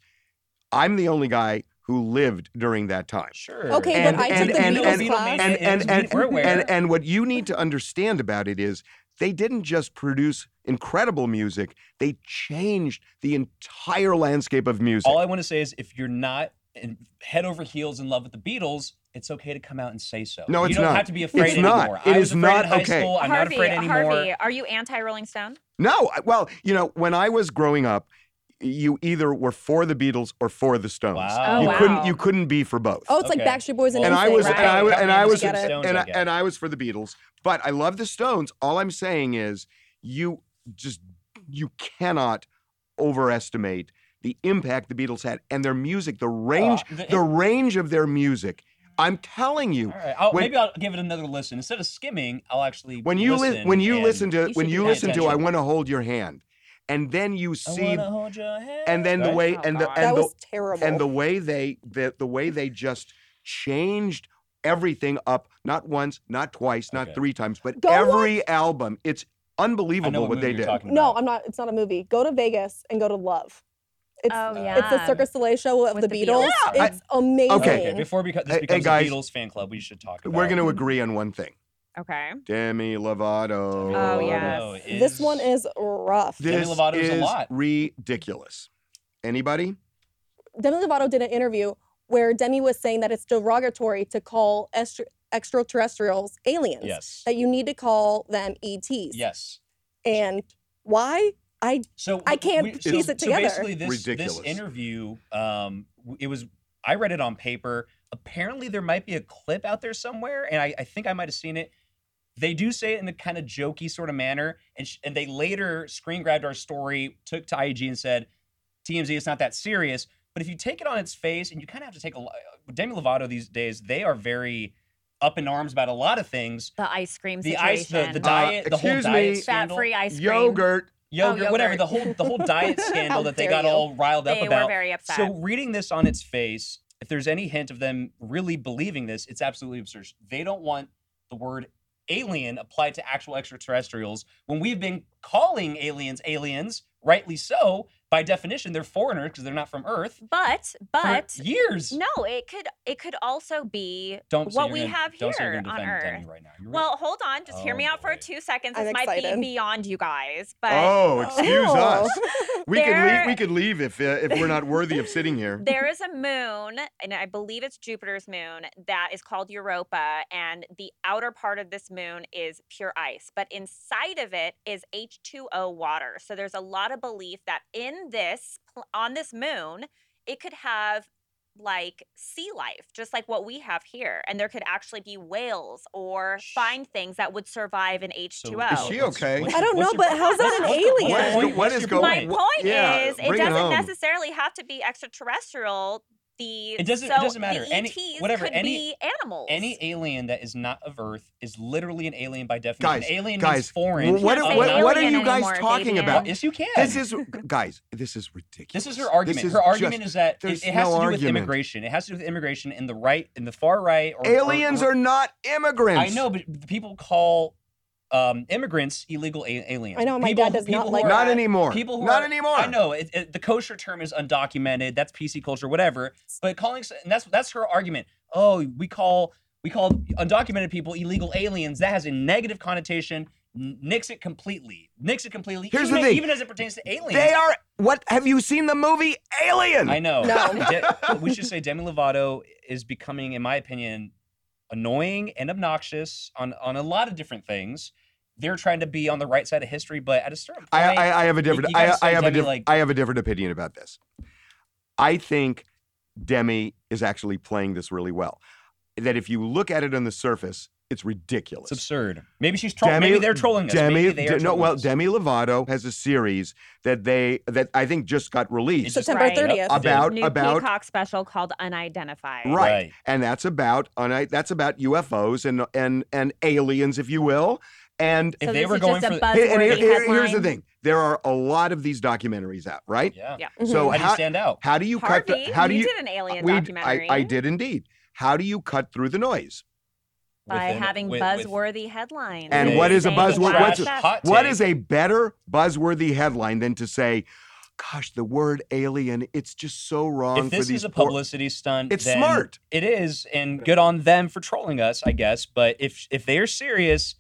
[SPEAKER 2] I'm the only guy who lived during that time.
[SPEAKER 5] sure.
[SPEAKER 4] Okay,
[SPEAKER 2] And-
[SPEAKER 4] but I
[SPEAKER 2] and-
[SPEAKER 4] took the
[SPEAKER 2] and-
[SPEAKER 4] Beatles
[SPEAKER 2] and-
[SPEAKER 4] class.
[SPEAKER 5] and-
[SPEAKER 2] and and
[SPEAKER 5] it's-
[SPEAKER 2] and,
[SPEAKER 5] we're aware.
[SPEAKER 2] and and what you need to understand about it is they didn't just produce incredible music they changed the entire landscape of music
[SPEAKER 5] All I want to say is if you're not in, head over heels in love with the Beatles, it's okay to come out and say so.
[SPEAKER 2] No, it's
[SPEAKER 5] You don't
[SPEAKER 2] not.
[SPEAKER 5] have to be afraid
[SPEAKER 2] It's not.
[SPEAKER 5] anymore.
[SPEAKER 2] It
[SPEAKER 5] I
[SPEAKER 2] is
[SPEAKER 5] was afraid
[SPEAKER 2] not
[SPEAKER 5] in high
[SPEAKER 2] okay.
[SPEAKER 5] school. I'm
[SPEAKER 3] Harvey,
[SPEAKER 5] not afraid anymore.
[SPEAKER 3] Harvey, are you anti Rolling Stone?
[SPEAKER 2] no I- well you know when i was growing up you either were for the beatles or for the stones
[SPEAKER 5] Wow.
[SPEAKER 2] you
[SPEAKER 3] Oh,
[SPEAKER 2] couldn't
[SPEAKER 3] wow.
[SPEAKER 2] you couldn't be for both
[SPEAKER 4] Oh, it's like
[SPEAKER 5] Okay.
[SPEAKER 4] Backstreet Boys and
[SPEAKER 2] and
[SPEAKER 5] Well,
[SPEAKER 2] I
[SPEAKER 4] NSYNC,
[SPEAKER 2] was and I was
[SPEAKER 4] right?
[SPEAKER 2] and I was
[SPEAKER 4] Get it.
[SPEAKER 5] Stones,
[SPEAKER 2] and
[SPEAKER 5] I
[SPEAKER 2] I,
[SPEAKER 5] guess.
[SPEAKER 2] and I was for the Beatles, but I love the Stones. All I'm saying is you just you cannot overestimate the impact the Beatles had and their music, the range,
[SPEAKER 5] the-
[SPEAKER 2] the range of their music. I'm telling you,
[SPEAKER 5] All right. I'll,
[SPEAKER 2] When-
[SPEAKER 5] maybe I'll give it another listen. Instead of skimming, I'll actually
[SPEAKER 2] when you li-
[SPEAKER 5] listen
[SPEAKER 2] when you
[SPEAKER 5] and
[SPEAKER 2] listen to
[SPEAKER 3] you
[SPEAKER 2] when
[SPEAKER 3] should
[SPEAKER 2] you
[SPEAKER 3] pay
[SPEAKER 2] listen to I
[SPEAKER 5] attention.
[SPEAKER 2] want to hold your hand, and then you
[SPEAKER 5] I
[SPEAKER 2] see,
[SPEAKER 5] wanna hold your hand.
[SPEAKER 2] and then the
[SPEAKER 5] Right?
[SPEAKER 2] way
[SPEAKER 3] Oh,
[SPEAKER 2] and the
[SPEAKER 3] God.
[SPEAKER 4] That
[SPEAKER 2] and the
[SPEAKER 4] was terrible.
[SPEAKER 2] and the way they the, the way they just changed everything up not once not twice not
[SPEAKER 5] Okay.
[SPEAKER 2] three times but
[SPEAKER 4] Go
[SPEAKER 2] every album it's
[SPEAKER 5] I know
[SPEAKER 2] unbelievable
[SPEAKER 5] what,
[SPEAKER 2] what,
[SPEAKER 5] movie
[SPEAKER 2] they
[SPEAKER 5] you're
[SPEAKER 2] did
[SPEAKER 5] talking
[SPEAKER 4] no,
[SPEAKER 5] about.
[SPEAKER 4] I'm not. It's not a movie. Go to Vegas and go to Love. It's
[SPEAKER 3] Oh,
[SPEAKER 5] it's
[SPEAKER 3] yeah.
[SPEAKER 4] it's the Circus Soleil show of
[SPEAKER 3] With
[SPEAKER 4] the
[SPEAKER 3] the
[SPEAKER 4] Beatles.
[SPEAKER 3] Beatles.
[SPEAKER 2] Yeah.
[SPEAKER 4] It's amazing.
[SPEAKER 2] Okay.
[SPEAKER 5] Okay, before beca- this
[SPEAKER 2] Hey- hey,
[SPEAKER 5] becomes
[SPEAKER 2] guys.
[SPEAKER 5] a Beatles fan club, we should talk about
[SPEAKER 2] we're going to agree on one thing
[SPEAKER 3] Okay.
[SPEAKER 2] demi lovato
[SPEAKER 3] Oh, yes.
[SPEAKER 5] Oh, is-
[SPEAKER 4] This one is rough.
[SPEAKER 2] this
[SPEAKER 5] Demi Lovato is
[SPEAKER 2] is
[SPEAKER 5] a lot.
[SPEAKER 2] ridiculous anybody
[SPEAKER 4] Demi Lovato did an interview where Demi was saying that it's derogatory to call extra- extraterrestrials aliens.
[SPEAKER 5] Yes.
[SPEAKER 4] That you need to call them ETs.
[SPEAKER 5] Yes.
[SPEAKER 4] And why? I
[SPEAKER 5] So
[SPEAKER 4] I
[SPEAKER 5] w-
[SPEAKER 4] can't
[SPEAKER 5] we-
[SPEAKER 4] piece
[SPEAKER 5] so,
[SPEAKER 4] it together.
[SPEAKER 5] So basically, this
[SPEAKER 2] Ridiculous.
[SPEAKER 5] this interview, um, w- it was I read it on paper. Apparently, there might be a clip out there somewhere, and I, I think I might have seen it. They do say it in a kind of jokey sort of manner, and sh- and they later screen grabbed our story, took to IEG, and said, "TMZ, it's not that serious." But if you take it on its face, and you kind of have to take a lo- uh, Demi Lovato these days, they are very up in arms about a lot of things.
[SPEAKER 3] The ice cream
[SPEAKER 5] The
[SPEAKER 3] situation.
[SPEAKER 5] ice, the, the diet, the whole
[SPEAKER 2] Uh, excuse
[SPEAKER 5] diet
[SPEAKER 2] me.
[SPEAKER 3] Fat
[SPEAKER 5] scandal
[SPEAKER 3] free ice cream.
[SPEAKER 2] yogurt
[SPEAKER 5] yogurt,
[SPEAKER 3] Oh,
[SPEAKER 5] whatever
[SPEAKER 3] yogurt.
[SPEAKER 5] the whole the whole diet
[SPEAKER 4] How
[SPEAKER 5] scandal that they got
[SPEAKER 4] dare you.
[SPEAKER 5] all riled up
[SPEAKER 3] They were
[SPEAKER 5] about.
[SPEAKER 3] very upset.
[SPEAKER 5] So reading this on its face, if there's any hint of them really believing this, it's absolutely absurd. They don't want the word alien applied to actual extraterrestrials when we've been calling aliens aliens, rightly so. By definition, they're foreigners because they're not from Earth.
[SPEAKER 3] but
[SPEAKER 5] for
[SPEAKER 3] but
[SPEAKER 5] years.
[SPEAKER 3] no, it could it could also be
[SPEAKER 5] Don't say
[SPEAKER 3] what
[SPEAKER 5] you're
[SPEAKER 3] we
[SPEAKER 5] gonna-
[SPEAKER 3] have
[SPEAKER 5] don't say you're
[SPEAKER 3] here
[SPEAKER 5] gonna
[SPEAKER 3] on
[SPEAKER 5] defend
[SPEAKER 3] Earth.
[SPEAKER 5] Demi right now. You're
[SPEAKER 3] Well, hold on. Just hear
[SPEAKER 5] Oh,
[SPEAKER 3] me out for
[SPEAKER 5] boy.
[SPEAKER 3] two seconds.
[SPEAKER 4] I'm
[SPEAKER 3] This might
[SPEAKER 4] excited.
[SPEAKER 3] be beyond you guys, but
[SPEAKER 2] oh excuse
[SPEAKER 4] Ew.
[SPEAKER 2] us we could leave
[SPEAKER 3] They're-
[SPEAKER 2] we could leave if uh, if we're not worthy of sitting here
[SPEAKER 3] there is a moon, and I believe it's Jupiter's moon, that is called Europa. And the outer part of this moon is pure ice, but inside of it is H2O water. So there's a lot of belief that in this, pl- on this moon, it could have like sea life, just like what we have here. And there could actually be whales or find things that would survive in H2O.
[SPEAKER 2] Is she okay?
[SPEAKER 4] I don't know, but how's that an alien?
[SPEAKER 2] What is
[SPEAKER 4] What-
[SPEAKER 2] go- what is
[SPEAKER 5] going?
[SPEAKER 2] going?
[SPEAKER 3] My
[SPEAKER 2] what-
[SPEAKER 3] point
[SPEAKER 2] yeah,
[SPEAKER 3] is, it
[SPEAKER 2] bring
[SPEAKER 3] doesn't
[SPEAKER 2] home.
[SPEAKER 3] necessarily have to be extraterrestrial. The
[SPEAKER 5] It doesn't- it
[SPEAKER 3] so
[SPEAKER 5] doesn't matter.
[SPEAKER 3] The
[SPEAKER 5] Any-
[SPEAKER 3] ETs
[SPEAKER 5] whatever,
[SPEAKER 3] could
[SPEAKER 5] any-
[SPEAKER 3] be animals.
[SPEAKER 5] Any alien that is not of Earth is literally an alien by definition.
[SPEAKER 2] guys
[SPEAKER 5] alien means
[SPEAKER 2] guys
[SPEAKER 5] foreign.
[SPEAKER 2] what,
[SPEAKER 3] Can't
[SPEAKER 5] Um,
[SPEAKER 3] say
[SPEAKER 2] what, what are
[SPEAKER 3] alien
[SPEAKER 2] you guys
[SPEAKER 3] anymore,
[SPEAKER 2] talking
[SPEAKER 3] Fabian.
[SPEAKER 2] about
[SPEAKER 5] Yes, you can.
[SPEAKER 2] This is guys. This is ridiculous.
[SPEAKER 5] This is her argument. her argument is that it-
[SPEAKER 2] there's
[SPEAKER 5] it, has
[SPEAKER 2] no
[SPEAKER 5] to do with
[SPEAKER 2] argument.
[SPEAKER 5] immigration. It has to do with immigration in the right, in the far right. Or,
[SPEAKER 2] aliens
[SPEAKER 5] or,
[SPEAKER 2] are not immigrants.
[SPEAKER 5] I know, but the people call um, immigrants illegal a- aliens.
[SPEAKER 4] I know, my
[SPEAKER 5] people,
[SPEAKER 4] dad does not
[SPEAKER 5] people
[SPEAKER 4] like
[SPEAKER 5] who are-
[SPEAKER 2] Not
[SPEAKER 4] that.
[SPEAKER 2] anymore.
[SPEAKER 5] People who
[SPEAKER 2] not
[SPEAKER 5] are-
[SPEAKER 2] anymore.
[SPEAKER 5] I know it, it- the kosher term is undocumented. That's PC culture, whatever. But calling s- and that's that's her argument. Oh, we call we call undocumented people illegal aliens. That has a negative connotation. N- Nix it completely. Nix it completely.
[SPEAKER 2] Here's
[SPEAKER 5] even,
[SPEAKER 2] the thing.
[SPEAKER 5] even as it pertains to aliens.
[SPEAKER 2] They are What have you seen the movie Alien?
[SPEAKER 5] I know.
[SPEAKER 4] No.
[SPEAKER 5] De- we should say Demi Lovato is becoming, in my opinion, annoying and obnoxious on on a lot of different things. They're trying to be on the right side of history, but at a certain point,
[SPEAKER 2] I, I, I have a different.
[SPEAKER 5] you
[SPEAKER 2] I,
[SPEAKER 5] gotta
[SPEAKER 2] I
[SPEAKER 5] say
[SPEAKER 2] have a
[SPEAKER 5] Demi,
[SPEAKER 2] different.
[SPEAKER 5] like-
[SPEAKER 2] I have a different opinion about this. I think Demi is actually playing this really well. That if you look at it on the surface, it's ridiculous.
[SPEAKER 5] it's absurd. Maybe she's trolling. Maybe they're trolling us.
[SPEAKER 2] Demi,
[SPEAKER 5] maybe they are
[SPEAKER 2] De- no,
[SPEAKER 5] trolling
[SPEAKER 2] well,
[SPEAKER 5] us.
[SPEAKER 2] Demi Lovato has a series that they that I think just got
[SPEAKER 5] It's
[SPEAKER 2] released,
[SPEAKER 5] just-
[SPEAKER 4] September
[SPEAKER 3] Right.
[SPEAKER 4] 30th.
[SPEAKER 5] Yep, it did.
[SPEAKER 2] About-
[SPEAKER 3] new
[SPEAKER 2] about-
[SPEAKER 3] Peacock special called Unidentified.
[SPEAKER 2] right. and that's about on I- that's about UFOs and and and aliens, if you will, and.
[SPEAKER 5] If
[SPEAKER 3] So
[SPEAKER 5] they
[SPEAKER 3] this
[SPEAKER 5] were
[SPEAKER 3] is
[SPEAKER 5] going
[SPEAKER 3] just
[SPEAKER 5] for
[SPEAKER 3] a
[SPEAKER 5] the-
[SPEAKER 3] buzzwordy
[SPEAKER 2] Here- and here- here- here's the
[SPEAKER 3] headline.
[SPEAKER 2] thing: there are a lot of these documentaries out, right?
[SPEAKER 5] Yeah.
[SPEAKER 3] Yeah.
[SPEAKER 2] So
[SPEAKER 4] Mhm.
[SPEAKER 5] How do you
[SPEAKER 2] how,
[SPEAKER 5] stand out?
[SPEAKER 2] how do you cut?
[SPEAKER 3] Harvey,
[SPEAKER 2] The, how do
[SPEAKER 3] you,
[SPEAKER 2] you?
[SPEAKER 3] did an alien
[SPEAKER 2] we- I-
[SPEAKER 3] documentary
[SPEAKER 2] I, did indeed. How do you cut through the noise?
[SPEAKER 3] by
[SPEAKER 5] Within-
[SPEAKER 3] having
[SPEAKER 5] with- with-
[SPEAKER 3] buzzworthy headlines.
[SPEAKER 2] And
[SPEAKER 5] With
[SPEAKER 2] what is a
[SPEAKER 5] a
[SPEAKER 3] Saying
[SPEAKER 2] buzzword-
[SPEAKER 3] trash
[SPEAKER 2] what's-
[SPEAKER 3] stuff.
[SPEAKER 5] hot
[SPEAKER 2] What
[SPEAKER 5] take.
[SPEAKER 2] is a better buzzworthy headline than to say, "Gosh, the word alien, it's just so wrong
[SPEAKER 5] If
[SPEAKER 2] for
[SPEAKER 5] this
[SPEAKER 2] these
[SPEAKER 5] is a
[SPEAKER 2] poor-"
[SPEAKER 5] publicity stunt,
[SPEAKER 2] It's
[SPEAKER 5] then
[SPEAKER 2] smart.
[SPEAKER 5] It is, and good on them for trolling us, I guess. But if if they are serious,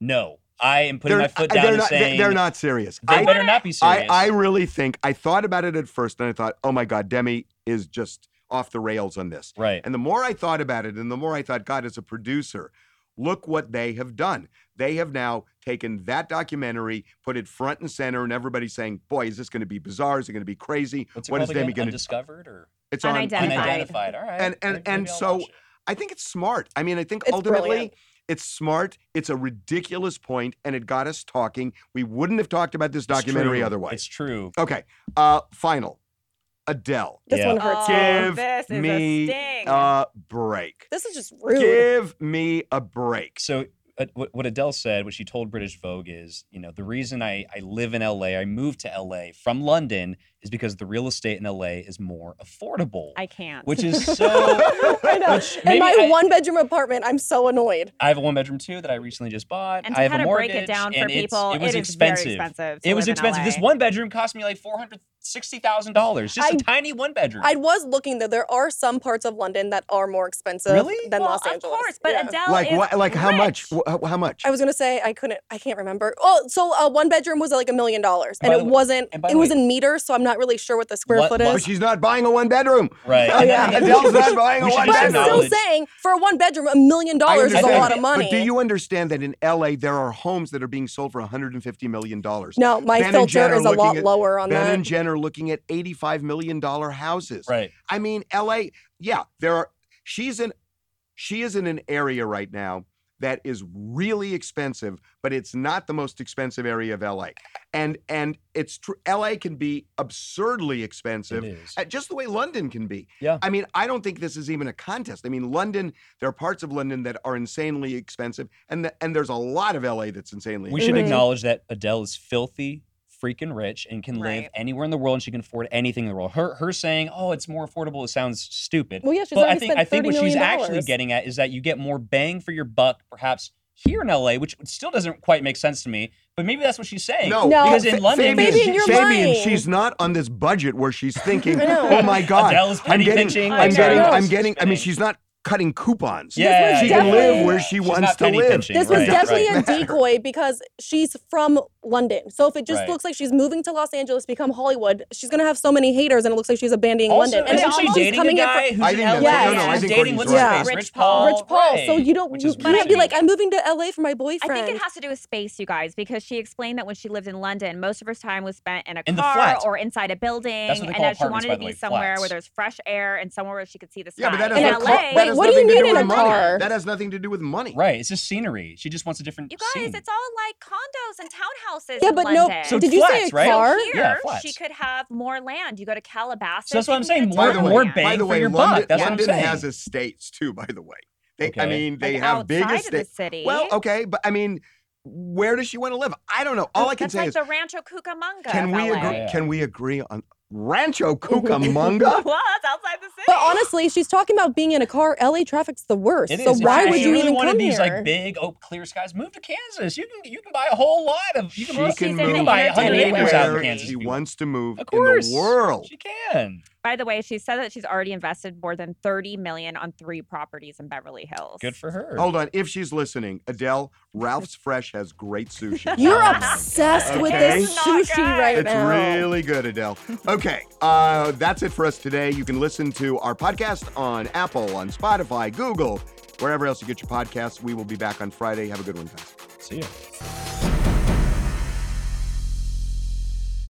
[SPEAKER 5] no, I am putting
[SPEAKER 2] They're,
[SPEAKER 5] my foot
[SPEAKER 2] I-
[SPEAKER 5] down
[SPEAKER 2] they're
[SPEAKER 5] and
[SPEAKER 2] not, they-
[SPEAKER 5] saying
[SPEAKER 2] they're not serious.
[SPEAKER 5] They
[SPEAKER 2] I,
[SPEAKER 5] better not be
[SPEAKER 2] I,
[SPEAKER 5] serious.
[SPEAKER 2] I really think I thought about it at first, and I thought, "Oh my God, Demi is just off the rails on this."
[SPEAKER 5] right.
[SPEAKER 2] And the more I thought about it, and the more I thought, God, as a producer, look what they have done. They have now taken that documentary, put it front and center, and everybody's saying, boy, is this going to be bizarre? Is it going to be crazy?
[SPEAKER 5] What's it
[SPEAKER 2] What is
[SPEAKER 5] called
[SPEAKER 2] Demi
[SPEAKER 5] again?
[SPEAKER 2] going to
[SPEAKER 5] Undiscovered or
[SPEAKER 2] It's on.
[SPEAKER 3] Unidentified.
[SPEAKER 5] unidentified? All right.
[SPEAKER 2] And- and-
[SPEAKER 5] Maybe-
[SPEAKER 2] and
[SPEAKER 5] maybe I'll
[SPEAKER 2] so-
[SPEAKER 5] watch it.
[SPEAKER 2] I think it's smart. I mean, I think
[SPEAKER 4] It's
[SPEAKER 2] ultimately
[SPEAKER 4] brilliant.
[SPEAKER 2] it's smart. It's a ridiculous point, and it got us talking. We wouldn't have talked about this
[SPEAKER 5] It's
[SPEAKER 2] documentary
[SPEAKER 5] true.
[SPEAKER 2] otherwise.
[SPEAKER 5] It's true.
[SPEAKER 2] okay. Uh, final. Adele,
[SPEAKER 4] This
[SPEAKER 5] Yeah.
[SPEAKER 4] one
[SPEAKER 3] Oh,
[SPEAKER 4] hurts.
[SPEAKER 2] Give
[SPEAKER 3] this is
[SPEAKER 2] me, uh,
[SPEAKER 3] a sting.
[SPEAKER 2] a break.
[SPEAKER 4] This is just rude.
[SPEAKER 2] Give me a break.
[SPEAKER 5] So uh, what what Adele said, what she told British Vogue is, you know, the reason I, I live in LA, I moved to LA from London is because the real estate in LA is more affordable.
[SPEAKER 3] I can't.
[SPEAKER 5] which is so
[SPEAKER 4] I know.
[SPEAKER 5] Which maybe
[SPEAKER 4] In my
[SPEAKER 5] I-
[SPEAKER 4] one bedroom apartment, I'm so annoyed.
[SPEAKER 5] I have a one bedroom too that I recently just bought.
[SPEAKER 3] and to
[SPEAKER 5] I have
[SPEAKER 3] kind
[SPEAKER 5] a
[SPEAKER 3] of
[SPEAKER 5] mortgage.
[SPEAKER 3] break it down for
[SPEAKER 5] and it's-
[SPEAKER 3] people,
[SPEAKER 5] it was
[SPEAKER 3] is
[SPEAKER 5] expensive.
[SPEAKER 3] very expensive. to
[SPEAKER 5] It was
[SPEAKER 3] live in
[SPEAKER 5] expensive. This
[SPEAKER 3] LA.
[SPEAKER 5] one bedroom cost me like four hundred sixty thousand dollars. Just a
[SPEAKER 4] I-
[SPEAKER 5] tiny one bedroom.
[SPEAKER 4] I was looking though. There are some parts of London that are more expensive
[SPEAKER 5] Really?
[SPEAKER 4] than
[SPEAKER 3] well,
[SPEAKER 4] Los Angeles.
[SPEAKER 3] Of course, but
[SPEAKER 4] Yeah.
[SPEAKER 3] Adele
[SPEAKER 2] like
[SPEAKER 3] is
[SPEAKER 2] what? Like how much?
[SPEAKER 3] rich.
[SPEAKER 2] Wh- How, how much?
[SPEAKER 4] I was gonna say I couldn't. I can't remember. Oh, so uh, one bedroom was like a million dollars,
[SPEAKER 5] And
[SPEAKER 4] and
[SPEAKER 5] by
[SPEAKER 4] it
[SPEAKER 5] the way-
[SPEAKER 4] wasn't.
[SPEAKER 5] and by
[SPEAKER 4] It
[SPEAKER 5] the
[SPEAKER 4] was
[SPEAKER 5] way-
[SPEAKER 4] in meters, so I'm not really sure what the square
[SPEAKER 5] What-
[SPEAKER 4] foot
[SPEAKER 5] what-
[SPEAKER 2] But
[SPEAKER 4] is.
[SPEAKER 2] she's not buying a one bedroom.
[SPEAKER 5] right.
[SPEAKER 4] Oh,
[SPEAKER 5] And
[SPEAKER 4] yeah.
[SPEAKER 5] then-
[SPEAKER 2] Adele's not buying a
[SPEAKER 5] We should
[SPEAKER 2] one
[SPEAKER 4] but I'm
[SPEAKER 5] just
[SPEAKER 2] bedroom.
[SPEAKER 4] still
[SPEAKER 5] acknowledge-
[SPEAKER 4] saying for a one bedroom, a million dollars is a
[SPEAKER 5] understand,
[SPEAKER 4] lot of money.
[SPEAKER 2] But do you understand that in LA there are homes that are being sold for 150 million dollars?
[SPEAKER 4] no, my
[SPEAKER 2] Ben and Jen
[SPEAKER 4] filter
[SPEAKER 2] are
[SPEAKER 4] is a
[SPEAKER 2] looking
[SPEAKER 4] lot
[SPEAKER 2] at-
[SPEAKER 4] lower on
[SPEAKER 2] ben
[SPEAKER 4] that.
[SPEAKER 2] and Jen are looking at 85 million dollar houses.
[SPEAKER 5] Right.
[SPEAKER 2] I mean, LA. Yeah, there are. She's in. She is in an area right now that is really expensive, but it's not the most expensive area of LA. And and it's true. LA can be absurdly
[SPEAKER 5] It
[SPEAKER 2] expensive.
[SPEAKER 5] is.
[SPEAKER 2] Uh, just the way London can be.
[SPEAKER 5] Yeah.
[SPEAKER 2] I mean, I don't think this is even a contest. I mean, London, there are parts of London that are insanely expensive, and the, and there's a lot of LA that's insanely
[SPEAKER 5] We
[SPEAKER 2] expensive.
[SPEAKER 5] should
[SPEAKER 4] Mhm.
[SPEAKER 5] acknowledge that Adele is filthy, freaking rich, and can live
[SPEAKER 3] Right.
[SPEAKER 5] anywhere in the world, and she can afford anything in the world. Her her saying, "Oh, it's more affordable," it sounds stupid.
[SPEAKER 4] well, yeah, she's
[SPEAKER 5] but I
[SPEAKER 4] already
[SPEAKER 5] think
[SPEAKER 4] spent
[SPEAKER 5] I think
[SPEAKER 4] thirty
[SPEAKER 5] what
[SPEAKER 4] million
[SPEAKER 5] she's
[SPEAKER 4] dollars.
[SPEAKER 5] actually getting at is that you get more bang for your buck, perhaps here in LA, which still doesn't quite make sense to me. But maybe that's what she's saying.
[SPEAKER 2] No,
[SPEAKER 4] No.
[SPEAKER 5] because
[SPEAKER 2] Fa-
[SPEAKER 5] in London,
[SPEAKER 2] Fabian,
[SPEAKER 4] Fabian, you're
[SPEAKER 2] Fabian,
[SPEAKER 4] lying.
[SPEAKER 2] she's not on this budget where she's thinking,
[SPEAKER 4] I know.
[SPEAKER 2] "Oh my God,
[SPEAKER 5] Adele is
[SPEAKER 2] I'm
[SPEAKER 5] penny
[SPEAKER 2] getting,
[SPEAKER 5] pinching.
[SPEAKER 2] I'm
[SPEAKER 4] I
[SPEAKER 2] getting,
[SPEAKER 4] know.
[SPEAKER 2] I'm getting." I mean,
[SPEAKER 5] She's
[SPEAKER 2] she's not cutting coupons.
[SPEAKER 5] yeah,
[SPEAKER 4] was
[SPEAKER 2] she can
[SPEAKER 4] definitely-
[SPEAKER 2] live where she
[SPEAKER 5] She's
[SPEAKER 2] wants
[SPEAKER 5] not
[SPEAKER 2] to
[SPEAKER 5] penny
[SPEAKER 2] live.
[SPEAKER 5] pinching.
[SPEAKER 4] This
[SPEAKER 5] Right,
[SPEAKER 4] was
[SPEAKER 5] right.
[SPEAKER 4] definitely a decoy because she's from London. So if it just
[SPEAKER 5] Right.
[SPEAKER 4] looks like she's moving to Los Angeles, to become Hollywood, she's gonna have so many haters, and it looks like she's abandoning
[SPEAKER 5] also,
[SPEAKER 4] London.
[SPEAKER 5] and
[SPEAKER 4] then
[SPEAKER 5] also
[SPEAKER 4] she's
[SPEAKER 5] dating a
[SPEAKER 4] in for-
[SPEAKER 5] guy who's
[SPEAKER 2] I
[SPEAKER 5] in
[SPEAKER 2] think
[SPEAKER 5] LA.
[SPEAKER 2] that's-
[SPEAKER 4] no, no, I
[SPEAKER 2] think
[SPEAKER 5] She's dating
[SPEAKER 2] Courtney's
[SPEAKER 5] what's his
[SPEAKER 4] right.
[SPEAKER 5] face,
[SPEAKER 3] Rich
[SPEAKER 5] Rich
[SPEAKER 3] Paul.
[SPEAKER 5] Paul.
[SPEAKER 4] Rich Paul. So
[SPEAKER 5] Oh, Right.
[SPEAKER 4] you don't
[SPEAKER 5] Which
[SPEAKER 4] you
[SPEAKER 5] is
[SPEAKER 4] can't be
[SPEAKER 5] crazy.
[SPEAKER 4] like, I'm moving to LA for my boyfriend.
[SPEAKER 3] I think it has to do with space, you guys, because she explained that when she lived in London, most of her time was spent in a
[SPEAKER 5] In the
[SPEAKER 3] car
[SPEAKER 5] flat.
[SPEAKER 3] or inside a building,
[SPEAKER 5] That's what they
[SPEAKER 3] and
[SPEAKER 5] call
[SPEAKER 3] that she
[SPEAKER 5] apartments,
[SPEAKER 3] wanted
[SPEAKER 5] by
[SPEAKER 3] to
[SPEAKER 5] the
[SPEAKER 3] be
[SPEAKER 5] way,
[SPEAKER 3] somewhere where
[SPEAKER 5] flats.
[SPEAKER 3] there's fresh air and somewhere where she could see the sky.
[SPEAKER 2] Yeah, but that
[SPEAKER 3] in
[SPEAKER 2] has,
[SPEAKER 4] doesn't
[SPEAKER 3] LA,
[SPEAKER 2] no- that
[SPEAKER 4] Wait,
[SPEAKER 2] has
[SPEAKER 4] what do you
[SPEAKER 2] nothing to
[SPEAKER 4] need
[SPEAKER 2] do
[SPEAKER 4] in
[SPEAKER 2] with
[SPEAKER 4] a
[SPEAKER 2] money.
[SPEAKER 4] car?
[SPEAKER 2] That has nothing to do with money.
[SPEAKER 5] Right, it's just scenery. She just wants a different
[SPEAKER 3] you guys,
[SPEAKER 5] scene.
[SPEAKER 3] it's all like condos and townhouses.
[SPEAKER 4] Yeah,
[SPEAKER 3] in
[SPEAKER 4] but
[SPEAKER 3] London.
[SPEAKER 4] no.
[SPEAKER 5] So
[SPEAKER 4] did you say
[SPEAKER 5] flats,
[SPEAKER 4] a
[SPEAKER 5] right?
[SPEAKER 4] car?
[SPEAKER 3] here
[SPEAKER 5] Yeah, flats.
[SPEAKER 3] she could have more land. You go to Calabasas.
[SPEAKER 5] So that's
[SPEAKER 3] you
[SPEAKER 5] what I'm
[SPEAKER 3] can
[SPEAKER 5] saying,
[SPEAKER 3] get
[SPEAKER 2] By
[SPEAKER 5] more-
[SPEAKER 2] the
[SPEAKER 3] tons of
[SPEAKER 2] way,
[SPEAKER 5] more
[SPEAKER 3] land.
[SPEAKER 5] bang
[SPEAKER 2] by the
[SPEAKER 5] for
[SPEAKER 2] way,
[SPEAKER 5] your
[SPEAKER 2] London,
[SPEAKER 5] buck. That's what I'm
[SPEAKER 2] London
[SPEAKER 5] saying.
[SPEAKER 2] has estates too. By the way, they, I
[SPEAKER 5] Okay.
[SPEAKER 2] mean, they
[SPEAKER 3] Like,
[SPEAKER 2] have big
[SPEAKER 3] outside of the
[SPEAKER 2] estates.
[SPEAKER 3] city.
[SPEAKER 2] Well, okay, but I mean, where does she want to live? I don't know. All I can
[SPEAKER 3] That's
[SPEAKER 2] say
[SPEAKER 3] like
[SPEAKER 2] is,
[SPEAKER 3] the Rancho Cucamonga.
[SPEAKER 2] can
[SPEAKER 3] of
[SPEAKER 2] we
[SPEAKER 3] LA.
[SPEAKER 2] agree?
[SPEAKER 5] Yeah.
[SPEAKER 2] Can we agree on Rancho Cucamonga?
[SPEAKER 3] Well, it's outside the city.
[SPEAKER 4] But honestly, she's talking about being in a car. LA traffic's the worst.
[SPEAKER 5] It
[SPEAKER 4] so
[SPEAKER 5] is. If
[SPEAKER 4] why
[SPEAKER 5] she-
[SPEAKER 4] would
[SPEAKER 5] if
[SPEAKER 4] you
[SPEAKER 5] really
[SPEAKER 4] even
[SPEAKER 5] wanted
[SPEAKER 4] come
[SPEAKER 5] these
[SPEAKER 4] here?
[SPEAKER 5] like big, oh, clear skies? Move to Kansas. You can you can buy a whole lot of you can,
[SPEAKER 2] She
[SPEAKER 5] buy-
[SPEAKER 2] can
[SPEAKER 5] you
[SPEAKER 2] move
[SPEAKER 5] can buy a hundred
[SPEAKER 4] anywhere
[SPEAKER 5] acres out in
[SPEAKER 2] Where
[SPEAKER 5] Kansas.
[SPEAKER 2] She
[SPEAKER 5] if you
[SPEAKER 2] wants to move
[SPEAKER 5] want. of
[SPEAKER 2] in
[SPEAKER 5] course
[SPEAKER 2] the world.
[SPEAKER 5] She can.
[SPEAKER 3] But By the way, she said that she's already invested more than 30 million on three properties in Beverly Hills.
[SPEAKER 5] Good for her.
[SPEAKER 2] Hold on, if she's listening, Adele, Ralph's Fresh has great sushi.
[SPEAKER 4] You're obsessed with
[SPEAKER 2] Okay.
[SPEAKER 4] this sushi right
[SPEAKER 2] It's
[SPEAKER 4] now.
[SPEAKER 2] really good, Adele. Okay, uh, that's it for us today. You can listen to our podcast on Apple, on Spotify, Google, wherever else you get your podcasts. We will be back on Friday. Have a good one, guys.
[SPEAKER 5] See ya.